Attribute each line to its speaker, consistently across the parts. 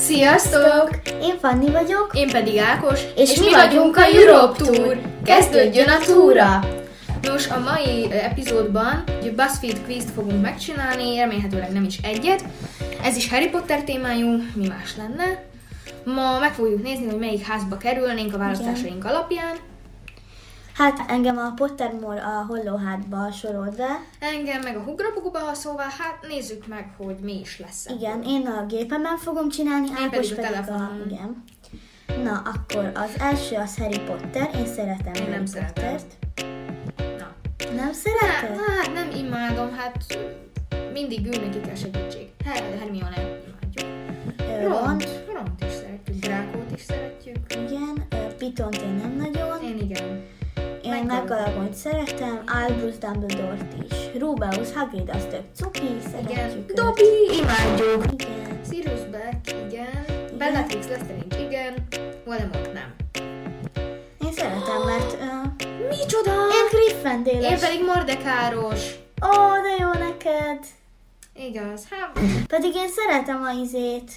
Speaker 1: Sziasztok!
Speaker 2: Én Fanni vagyok,
Speaker 1: Én pedig Ákos,
Speaker 2: és, mi vagyunk a Europe Tour. Kezdődjön a túra!
Speaker 1: Nos, a mai epizódban egy BuzzFeed quiz fogunk megcsinálni, remélhetőleg nem is egyet. Ez is Harry Potter témájú, mi más lenne. Ma meg fogjuk nézni, hogy melyik házba kerülnénk a választásaink alapján.
Speaker 2: Hát engem a Pottermore a hollóhátba sorolt be.
Speaker 1: Engem meg a hugrabugba, szóval hát nézzük meg, hogy mi is lesz. e.
Speaker 2: Igen, én a gépemen fogom csinálni, Ákos
Speaker 1: pedig a
Speaker 2: pedig a...
Speaker 1: telefonon.
Speaker 2: Igen. Na, akkor az első az Harry Potter, én szeretem
Speaker 1: Én
Speaker 2: Harry
Speaker 1: nem szeretem.
Speaker 2: Pottert.
Speaker 1: Na.
Speaker 2: Nem
Speaker 1: Hát,
Speaker 2: szereted?
Speaker 1: hát nem imádom, hát mindig bűnöki kell segítség. Hát Hermione imádjuk.
Speaker 2: Ö, Ron,
Speaker 1: Ront, Ront hát is szeretjük, Drákót is szeretjük.
Speaker 2: igen, ö, Pitont én nem nagyon.
Speaker 1: Én igen.
Speaker 2: Én
Speaker 1: Michael.
Speaker 2: Megalagonyt szeretem, Albus Dumbledore-t is. Rubeus Hagrid az tök cuki,
Speaker 1: Igen.
Speaker 2: szeretjük őt.
Speaker 1: Dobby, imádjuk.
Speaker 2: Igen.
Speaker 1: Sirius Black, igen. Bellatrix Lestrange, igen. Voldemort nem.
Speaker 2: Én szeretem, mert ö,
Speaker 1: Micsoda?
Speaker 2: Én
Speaker 1: Én,
Speaker 2: Gryffindéles.
Speaker 1: én pedig Mordekáros.
Speaker 2: Ó, de jó neked.
Speaker 1: Igaz, hát
Speaker 2: Pedig én szeretem a izét.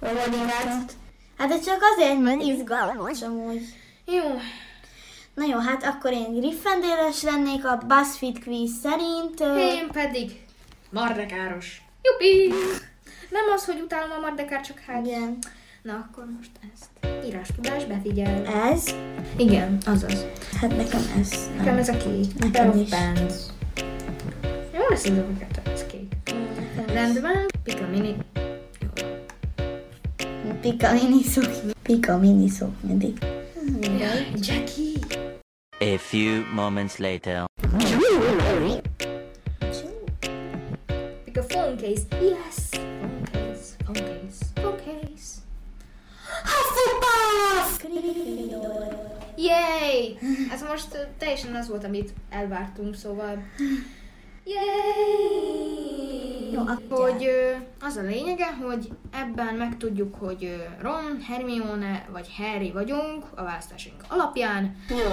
Speaker 2: Voldemortot. Hát de csak azért, mert izgalmas amúgy.
Speaker 1: jó.
Speaker 2: Na jó, hát akkor én Gryffindéles lennék a BuzzFeed quiz szerint. Ö,
Speaker 1: Én pedig Mardekáros. Jupi! Nem az, hogy utálom a Mardekár, csak hát...
Speaker 2: Igen.
Speaker 1: Na akkor most ezt. Írás tudás, befigyel.
Speaker 2: Ez?
Speaker 1: Igen, azaz.
Speaker 2: Hát nekem ez.
Speaker 1: Nekem ez a kék.
Speaker 2: Nekem
Speaker 1: Pair of
Speaker 2: is.
Speaker 1: pants. Jó lesz ez a fekete, ez kék. Rendben. Pika mini. Jó.
Speaker 2: Pika mini szoknya. Pika mini szoknya. di.
Speaker 1: Jackie!
Speaker 3: A few moments later.
Speaker 1: Pika phone case. Yes! Phone case, phone case, phone case. Hufflepuff!
Speaker 2: Gryffindor.
Speaker 1: Yay! Ez most ö, teljesen az volt, amit elvártunk, szóval... Yay!
Speaker 2: Jó, akkor
Speaker 1: hogy ö, az a lényege, hogy ebben megtudjuk, hogy ö, Ron, Hermione vagy Harry vagyunk a választásunk alapján.
Speaker 2: Jó.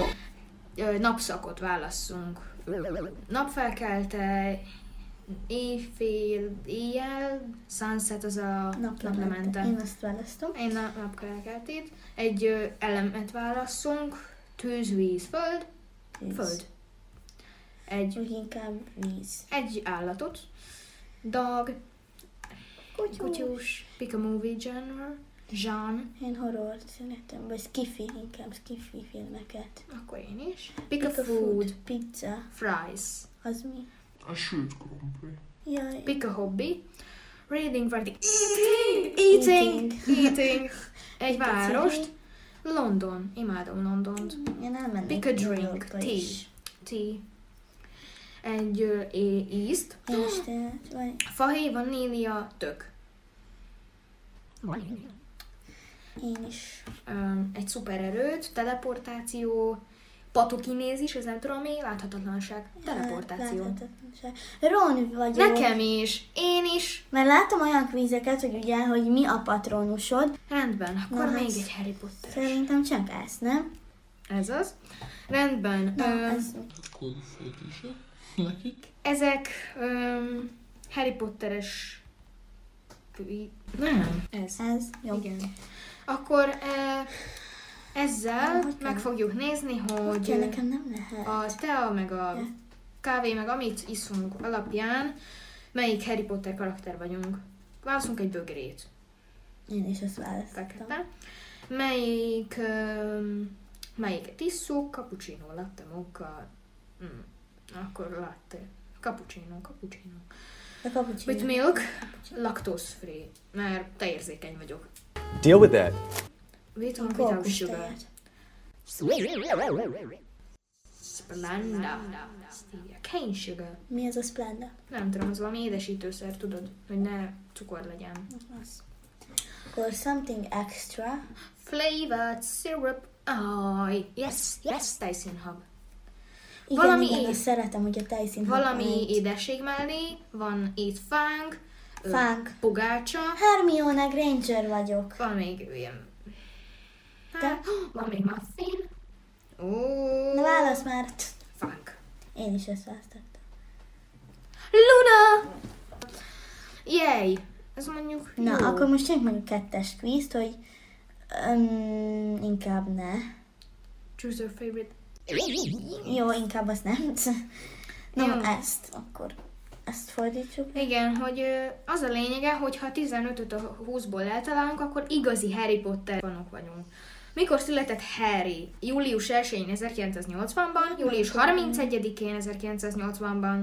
Speaker 1: Ö, Napszakot válasszunk. Napfelkelte, éjfél, éjjel, sunset az a
Speaker 2: Naplemente. Én azt választom.
Speaker 1: én a napkelkeltét. Egy ö, elemet válasszunk. Tűz, víz, föld.
Speaker 2: Víz.
Speaker 1: Föld. Egy,
Speaker 2: Úgy inkább víz.
Speaker 1: egy állatot. Dog. Kutyus. Kutyus. Pick a movie genre. Jean.
Speaker 2: Én horror szeretem, vagy skifi, inkább skifi filmeket.
Speaker 1: Akkor én is. Pick, a food.
Speaker 2: Pizza,
Speaker 1: Fries.
Speaker 2: az mi?
Speaker 4: A sült krumpli.
Speaker 2: Jaj.
Speaker 1: Pick a hobby. Reading, writing. Eating. Eating. Eating. Egy várost. London. Imádom Londont.
Speaker 2: Én elmennék.
Speaker 1: Pick a
Speaker 2: New
Speaker 1: drink,
Speaker 2: Yorkba
Speaker 1: tea.
Speaker 2: is.
Speaker 1: Tea. Egy ö, é- ízt.
Speaker 2: És te, vagy
Speaker 1: Fahé, vanília, tök.
Speaker 2: én is.
Speaker 1: Ö, Egy szupererőt, teleportáció, patokinézis, ez nem tudom mi, láthatatlanság, teleportáció.
Speaker 2: Láthatatlanság. Ron vagyok.
Speaker 1: Nekem is, én is.
Speaker 2: Mert látom olyan kvízeket, hogy ugye, hogy mi a patronusod.
Speaker 1: Rendben, akkor
Speaker 2: Na,
Speaker 1: még
Speaker 2: hát
Speaker 1: egy Harry Potter.
Speaker 2: Szerintem csak ez, nem?
Speaker 1: Ez az. Rendben.
Speaker 2: Na,
Speaker 1: ö,
Speaker 2: ez
Speaker 4: Akkor fölkésed nekik.
Speaker 1: Ezek öm, Harry Potteres... Nem. Ez.
Speaker 2: ez jó.
Speaker 1: Igen. Akkor e, ezzel
Speaker 2: Hogy kell?
Speaker 1: meg fogjuk nézni, hogy
Speaker 2: Ugye nekem nem lehet.
Speaker 1: a tea, meg a kávé, meg amit iszunk alapján, melyik Harry Potter karakter vagyunk. Válaszunk egy bögrét,
Speaker 2: Én is azt választottam.
Speaker 1: fekete. Melyik, öm, melyiket isszuk, cappuccino, latte, mocha, mm, akkor latte, cappuccino, cappuccino.
Speaker 2: A kapucsi.
Speaker 1: With milk, lactose free, mert te érzékeny vagyok.
Speaker 5: Deal with that.
Speaker 1: With or without
Speaker 2: Kókusz
Speaker 1: sugar.
Speaker 2: tejet.
Speaker 1: Splenda. Stevia. Cane sugar.
Speaker 2: Mi ez a Splenda?
Speaker 1: Nem tudom, az valami édesítőszer, tudod, hogy ne cukor legyen.
Speaker 2: Az. Or something extra.
Speaker 1: Flavored syrup. Aj, yes, yes, Tyson Hub.
Speaker 2: Igen,
Speaker 1: Valami
Speaker 2: valami igen,
Speaker 1: éd-
Speaker 2: azt szeretem, hogy a tejszín.
Speaker 1: Valami édesség mellé van étfánk, ö,
Speaker 2: Fánk.
Speaker 1: pogácsa,
Speaker 2: Hermione Granger vagyok.
Speaker 1: van még ilyen...
Speaker 2: Te?
Speaker 1: Hát, van még muffin. Ó,
Speaker 2: Na válasz már. Tsz,
Speaker 1: fánk.
Speaker 2: Én is ezt választottam.
Speaker 1: Luna! Yay! Ez mondjuk
Speaker 2: Na,
Speaker 1: jó.
Speaker 2: akkor most csináljunk mondjuk kettes kvízt, hogy um, inkább ne.
Speaker 1: Choose your favorite.
Speaker 2: Jó, inkább azt nem. Na,
Speaker 1: Jó.
Speaker 2: ezt akkor. Ezt fordítsuk.
Speaker 1: Igen, hogy ö, az a lényege, hogy ha 15-öt a 20-ból eltalálunk, akkor igazi Harry Potter fanok vagyunk. Mikor született Harry? Július 1-én 1980-ban, július 31-én 1980-ban,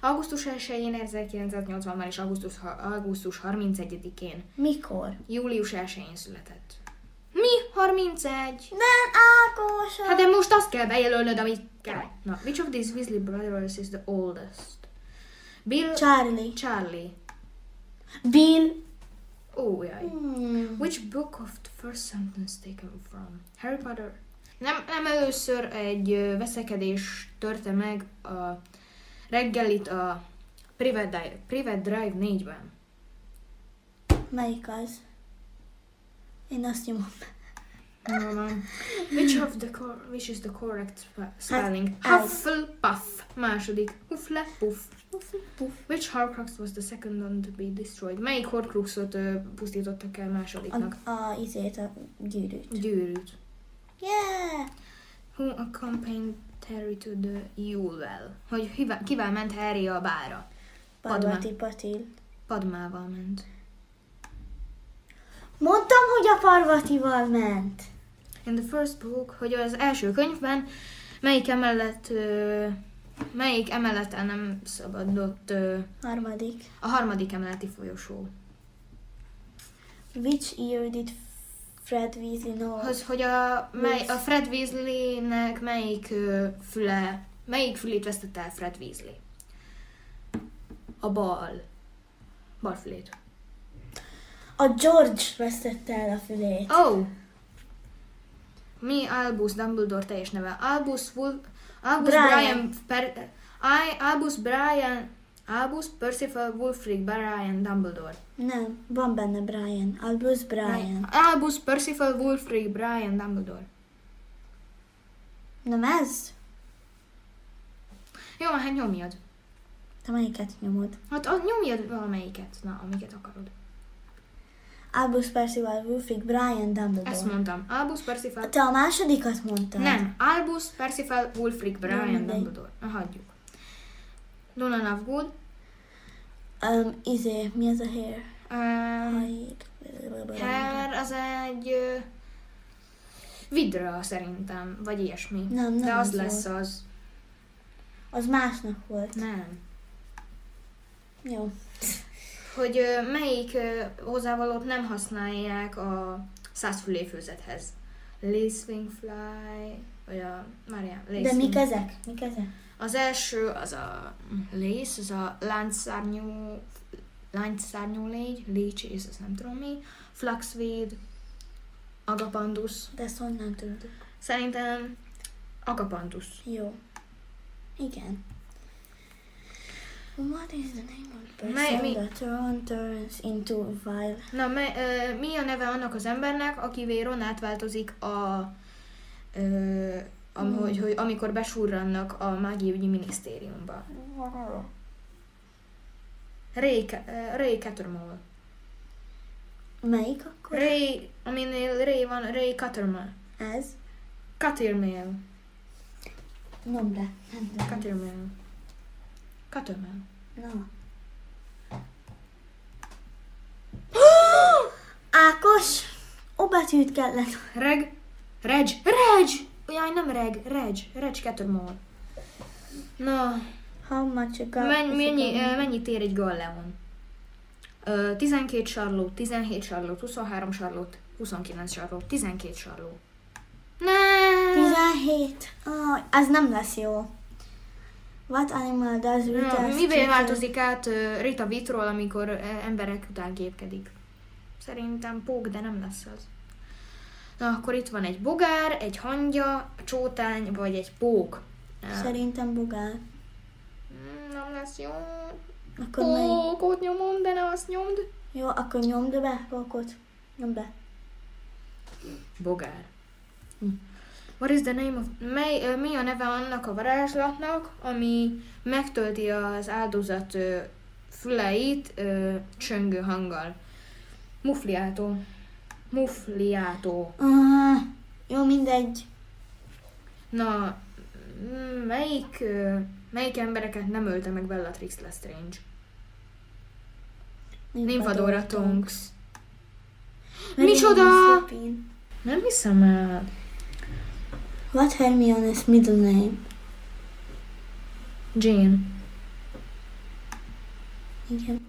Speaker 1: augusztus 1-én 1980-ban és augusztus, ha- augusztus 31-én.
Speaker 2: Mikor?
Speaker 1: Július 1-én született. Mi? 31?
Speaker 2: De Ákos!
Speaker 1: Hát de most azt kell bejelölnöd, amit kell. Na, which of these Weasley brothers is the oldest? Bill...
Speaker 2: Charlie.
Speaker 1: Charlie.
Speaker 2: Bill.
Speaker 1: Ó, jaj.
Speaker 2: Hmm.
Speaker 1: Which book of the first sentence taken from? Harry Potter. Nem, nem először egy ö, veszekedés törte meg a reggelit a Private Drive, Private Drive 4-ben.
Speaker 2: Melyik az? Én azt nyomom.
Speaker 1: Nyilván. Which of the cor- which is the correct spe- spelling?
Speaker 2: ez.
Speaker 1: Hufflepuff. Második. Hufflepuff. Which Horcrux was the second one to be destroyed? Melyik Horcruxot ö, pusztítottak el másodiknak?
Speaker 2: A, a izét, a gyűrűt.
Speaker 1: Gyűrűt.
Speaker 2: Yeah!
Speaker 1: Who accompanied Harry to the Jewel? Hogy hivá- kivel ment Harry a bára? Padma.
Speaker 2: Parvati Patil.
Speaker 1: Padmával ment.
Speaker 2: Mondtam, hogy a Parvatival ment.
Speaker 1: In the first book, hogy az első könyvben melyik emellett ö, melyik emeleten nem szabadott ö,
Speaker 2: Harmadik.
Speaker 1: a harmadik emeleti folyosó.
Speaker 2: Which year did Fred Weasley know?
Speaker 1: Az, hogy a, mely, a Fred Weasley-nek melyik ö, füle, melyik fülét vesztette el Fred Weasley? A bal. Bal fülét.
Speaker 2: A George vesztette el a fülét.
Speaker 1: Oh! Mi Albus Dumbledore teljes neve? Albus Wolf... Albus
Speaker 2: Brian.
Speaker 1: Brian... per, I, Albus Brian... Albus Percival Wulfric Brian Dumbledore.
Speaker 2: Nem, van benne Brian. Albus Brian.
Speaker 1: Albus Percival Wulfric Brian Dumbledore.
Speaker 2: Nem ez?
Speaker 1: Jó, hát nyomjad.
Speaker 2: Te melyiket nyomod?
Speaker 1: Hát az, nyomjad valamelyiket, na, amiket akarod.
Speaker 2: Albus Percival Wulfric Brian
Speaker 1: Ezt
Speaker 2: Dumbledore.
Speaker 1: mondtam. Albus Percival...
Speaker 2: Te a másodikat mondtad?
Speaker 1: Nem, Albus Percival Wulfric Brian
Speaker 2: mindegy.
Speaker 1: Dumbledore. Na, hagyjuk. Luna Lovegood.
Speaker 2: Um, izé, mi ez a hair?
Speaker 1: Um,
Speaker 2: Hair.
Speaker 1: Her az egy ö, vidra szerintem, vagy ilyesmi.
Speaker 2: Nem, nem
Speaker 1: De az
Speaker 2: az volt.
Speaker 1: lesz az.
Speaker 2: Az másnak volt.
Speaker 1: Nem.
Speaker 2: Jó.
Speaker 1: Hogy ö, melyik ö, hozzávalót nem használják a százfülé főzethez. Lacewing fly, vagy a... Mária,
Speaker 2: De mik ezek? Mik ezek?
Speaker 1: Az első, az a lész, az a láncszárnyú, láncszárnyú légy, lécsész, az nem tudom mi, flaxvéd, agapandus.
Speaker 2: De ezt honnan tudod?
Speaker 1: Szerintem agapandus.
Speaker 2: Jó. Igen. What is the name of the
Speaker 1: Mely-
Speaker 2: person
Speaker 1: mi-
Speaker 2: that Ron turns into vile?
Speaker 1: Na, me, ö, mi a neve annak az embernek, akivé Ron átváltozik a... Ö, am, hogy, hogy amikor besurrannak a mágiaügyi minisztériumba. Ray, Ca- ö, Ray Catermall.
Speaker 2: Melyik akkor?
Speaker 1: Ray, aminél Ray van, Ray Catermall.
Speaker 2: Ez.
Speaker 1: Catermall.
Speaker 2: Nyomd le. Mondd le.
Speaker 1: Catermall. Catermall.
Speaker 2: Na. Ákos! O betűt kellett.
Speaker 1: Reg. Reg. Reg! Jaj, nem Reg. Reg. Reg Catermall. Na,
Speaker 2: How much you got?
Speaker 1: Men, mennyi, ö, mennyit ér egy galleon? Ö, 12 sarló, 17 sarló, 23 sarló, 29 sarló, 12 sarló. Ne!
Speaker 2: 17. Ah, ez nem lesz jó. What animal does
Speaker 1: Na,
Speaker 2: Rita's
Speaker 1: mivé
Speaker 2: chicken-
Speaker 1: változik át ö, Rita Vitról, amikor ö, emberek után gépkedik? Szerintem pók, de nem lesz az. Na, akkor itt van egy bogár, egy hangya, csótány, vagy egy pók. Ö,
Speaker 2: Szerintem bugál.
Speaker 1: mm, Nem lesz jó.
Speaker 2: Akkor melyik?
Speaker 1: Pókot nyomom, de ne azt nyomd.
Speaker 2: Jó, akkor nyomd be, Pókot. Nyomd be.
Speaker 1: Bogár. What is the name of... Mely, ö, mi a neve annak a varázslatnak, ami megtölti az áldozat ö, füleit ö, csöngő hanggal. Mufliátó. Mufliátó.
Speaker 2: Uh, jó, mindegy.
Speaker 1: Na, m- melyik, ö, melyik embereket nem ölte meg Bellatrix Lestrange? Nymphadora Tonks.
Speaker 2: Megint
Speaker 1: Micsoda?
Speaker 2: szépén.
Speaker 1: Nem hiszem el.
Speaker 2: What Hermione's middle name?
Speaker 1: Jane.
Speaker 2: Igen.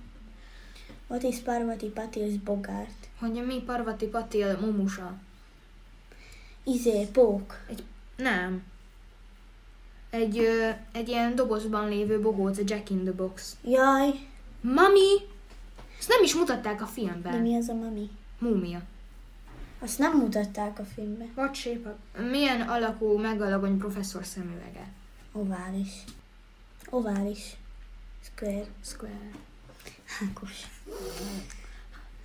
Speaker 2: What is Parvati Patil's Bogart?
Speaker 1: Hogy mi Parvati Patil mumusa?
Speaker 2: Izé, pók.
Speaker 1: Egy, nem. Egy, ö, egy ilyen dobozban lévő bogóc, a Jack in the Box.
Speaker 2: Jaj,
Speaker 1: Mami! Ezt nem is mutatták a
Speaker 2: de
Speaker 1: filmben.
Speaker 2: mi az a mami?
Speaker 1: Múmia.
Speaker 2: Azt nem mutatták a filmben.
Speaker 1: Vagy sépa. Milyen alakú, megalagony professzor szemüvege?
Speaker 2: Ovális. Ovális. Square.
Speaker 1: Square.
Speaker 2: Hákos.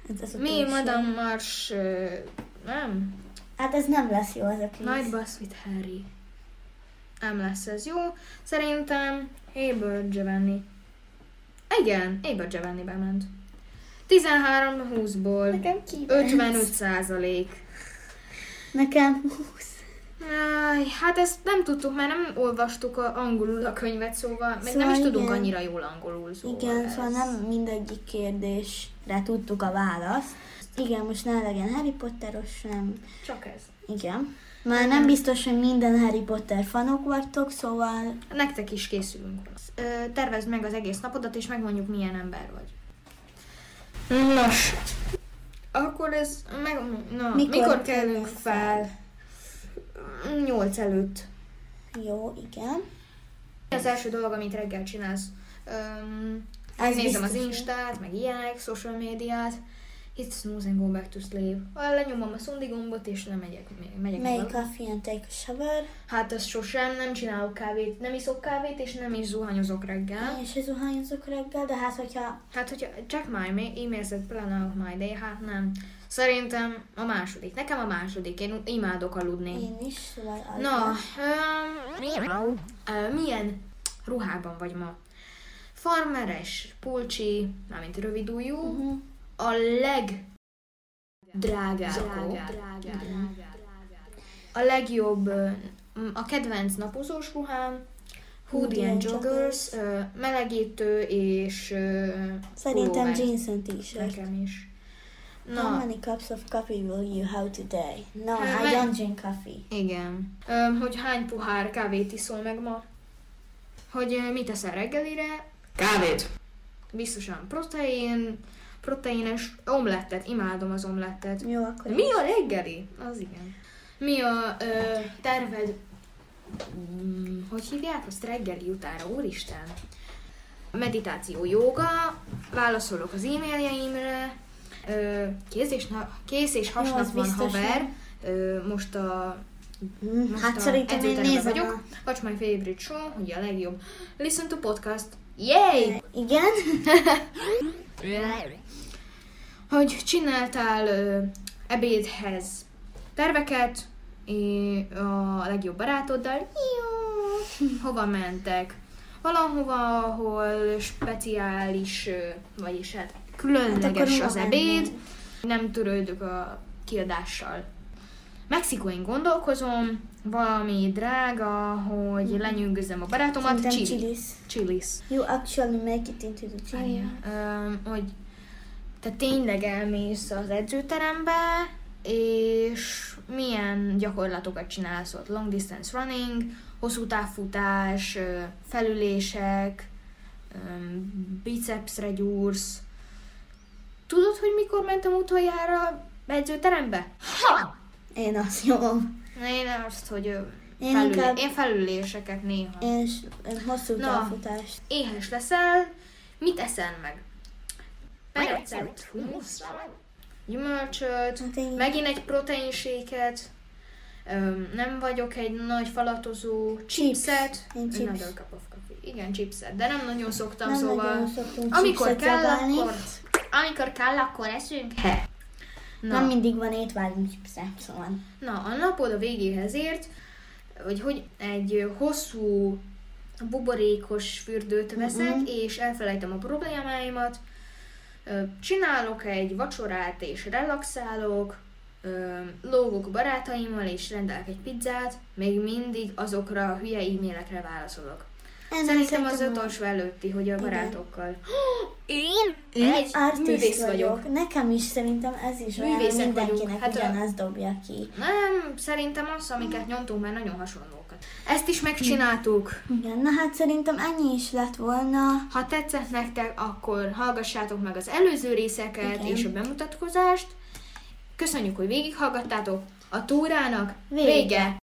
Speaker 2: Hát ez a
Speaker 1: Mi,
Speaker 2: túlsó.
Speaker 1: Madame Mars... ö, nem?
Speaker 2: Hát ez nem lesz jó az a kvíz.
Speaker 1: Night Bus with Harry. Nem lesz ez jó. Szerintem Eber Giovanni. Igen, Eber Giovanni bement. 13-20-ból.
Speaker 2: Nekem ki?
Speaker 1: 55 százalék.
Speaker 2: Nekem 20.
Speaker 1: Áj, hát ezt nem tudtuk, mert nem olvastuk a, angolul a könyvet, szóval meg
Speaker 2: Szóval
Speaker 1: nem is tudunk
Speaker 2: igen.
Speaker 1: annyira jól angolul. Szóval
Speaker 2: Igen,
Speaker 1: ez-
Speaker 2: szóval nem mindegyik kérdésre tudtuk a választ. Igen, most ne legyen Harry Potteros, nem
Speaker 1: Csak ez.
Speaker 2: Igen. Már nem biztos, hogy minden Harry Potter fanok vagytok, szóval
Speaker 1: Nektek is készülünk. Ö, tervezd meg az egész napodat, és megmondjuk, milyen ember vagy. Nos, akkor ez meg... Na, mikor,
Speaker 2: Mikor
Speaker 1: mikor
Speaker 2: kelünk
Speaker 1: kelünk fel? Nyolc előtt.
Speaker 2: jó, igen.
Speaker 1: Mi az első dolog, amit reggel csinálsz? Öm,
Speaker 2: Ez
Speaker 1: nézem az
Speaker 2: biztos.
Speaker 1: Instát, meg ilyenek, social médiát. Itt snooze and go back to sleep. Ah, Lenyomom a szundi gombot, és lemegyek. Megyek
Speaker 2: Melyik
Speaker 1: val-
Speaker 2: a fiam take a shower?
Speaker 1: Hát ezt sosem, nem csinálok kávét, nem iszok kávét, és nem is zuhanyozok reggel.
Speaker 2: Én se zuhányozok reggel, de hát hogyha
Speaker 1: Hát, hogyha check my ma- emails at plan out my day, hát nem. Szerintem a második. Nekem a második. Én imádok aludni.
Speaker 2: én is, szóval az
Speaker 1: Na,
Speaker 2: lesz.
Speaker 1: um, milyen ruhában vagy ma? Farmeres, pulcsi, mármint rövidújú,
Speaker 2: Mhm.
Speaker 1: uh-huh. a leg drágább. Mhm. A legjobb, ö, m- a kedvenc napozós ruhám, hoodie and joggers, ö, melegítő és ö,
Speaker 2: Szerintem
Speaker 1: pulóver.
Speaker 2: jeans and t-shirt.
Speaker 1: Nekem is.
Speaker 2: How
Speaker 1: Na,
Speaker 2: many cups of coffee will you have today? No,
Speaker 1: Hát
Speaker 2: I
Speaker 1: meg-
Speaker 2: don't drink coffee.
Speaker 1: igen. Öm, hogy hány pohár kávét iszol meg ma? Hogy ö, mit eszel reggelire? Kávét. Biztosan protein, proteines omlettet. Imádom az omlettet.
Speaker 2: Jó, akkor
Speaker 1: Mi a reggeli? Az igen. Mi a ö, terved? Mm, Hogy hívják azt reggeli utára? Úristen! Meditáció, joga, válaszolok az e-mailjeimre, ö, kész és, na, kész és
Speaker 2: az
Speaker 1: hasnap van
Speaker 2: biztos
Speaker 1: haver, ö, most a
Speaker 2: Mm,
Speaker 1: most
Speaker 2: Hát
Speaker 1: a
Speaker 2: szerintem én
Speaker 1: edzőteremben
Speaker 2: nézem
Speaker 1: vagyok. Watch my favorite show, ugye a legjobb. Listen to podcast. Yay!
Speaker 2: a... Igen?
Speaker 1: hogy csináltál ö, ebédhez terveket é- a legjobb barátoddal, Jó. hova mentek, valahova, ahol speciális, ö, vagyis hát
Speaker 2: Hát
Speaker 1: különleges
Speaker 2: akkor
Speaker 1: az
Speaker 2: hova
Speaker 1: ebéd,
Speaker 2: mennénk?
Speaker 1: nem törődök a kiadással. Mexikóin gondolkozom, valami drága, hogy lenyűgözem a barátomat,
Speaker 2: Mhm. Szerintem
Speaker 1: Chili.
Speaker 2: chilis.
Speaker 1: Chilis.
Speaker 2: You actually make it into the
Speaker 1: Oh,
Speaker 2: gym.
Speaker 1: Öm, hogy te tényleg elmész az edzőterembe, és milyen gyakorlatokat csinálsz ott? Long distance running, hosszú távfutás, ö, felülések, öm, bicepsre gyúrsz. Tudod, hogy mikor mentem utoljára edzőterembe? Ha!
Speaker 2: Én azt nyomom.
Speaker 1: Én azt, hogy ö,
Speaker 2: Én
Speaker 1: felülé-
Speaker 2: inkább-
Speaker 1: én felüléseket néha.
Speaker 2: Én s- hosszú
Speaker 1: Na.
Speaker 2: távfutást.
Speaker 1: Éhes leszel, mit eszel meg? Percet, humuszra, gyümölcsöt,
Speaker 2: Hát én-
Speaker 1: megint egy proteinséket, öm, nem vagyok egy nagy falatozó, chipset,
Speaker 2: Én chips.
Speaker 1: another cup of coffee. Igen, chipset, de nem nagyon szoktam,
Speaker 2: Nem
Speaker 1: szóval
Speaker 2: nagyon szoktunk
Speaker 1: amikor
Speaker 2: chipset
Speaker 1: kell,
Speaker 2: zabálni.
Speaker 1: akkor, amikor kell, akkor eszünk. He.
Speaker 2: Na. Nem mindig van étvágyunk chipsze, szóval.
Speaker 1: Na, a napod a végéhez ért, hogy, hogy egy hosszú a buborékos fürdőt veszek, mm-hmm. és elfelejtem a problémáimat. Ö, Csinálok egy vacsorát, és relaxálok, ö, lógok barátaimmal, és rendelek egy pizzát, még mindig azokra a hülye e-mailekre válaszolok.
Speaker 2: Emlékszem
Speaker 1: Szerintem az
Speaker 2: tudom.
Speaker 1: utolsó előtti, hogy a barátokkal.
Speaker 2: Én?
Speaker 1: egy művész vagyok.
Speaker 2: Nekem is szerintem ez is olyan, hogy
Speaker 1: Művészek
Speaker 2: mindenkinek
Speaker 1: vagyunk. Hát
Speaker 2: hát
Speaker 1: a-
Speaker 2: ugyanazt dobja ki.
Speaker 1: Nem, szerintem az, amiket nyomtunk, már nagyon hasonlókat. Ezt is megcsináltuk.
Speaker 2: Igen, na hát szerintem ennyi is lett volna.
Speaker 1: Ha tetszett nektek, akkor hallgassátok meg az előző részeket
Speaker 2: Igen.
Speaker 1: és a bemutatkozást. Köszönjük, hogy végighallgattátok. A túrának vége!
Speaker 2: Vége.
Speaker 1: vége.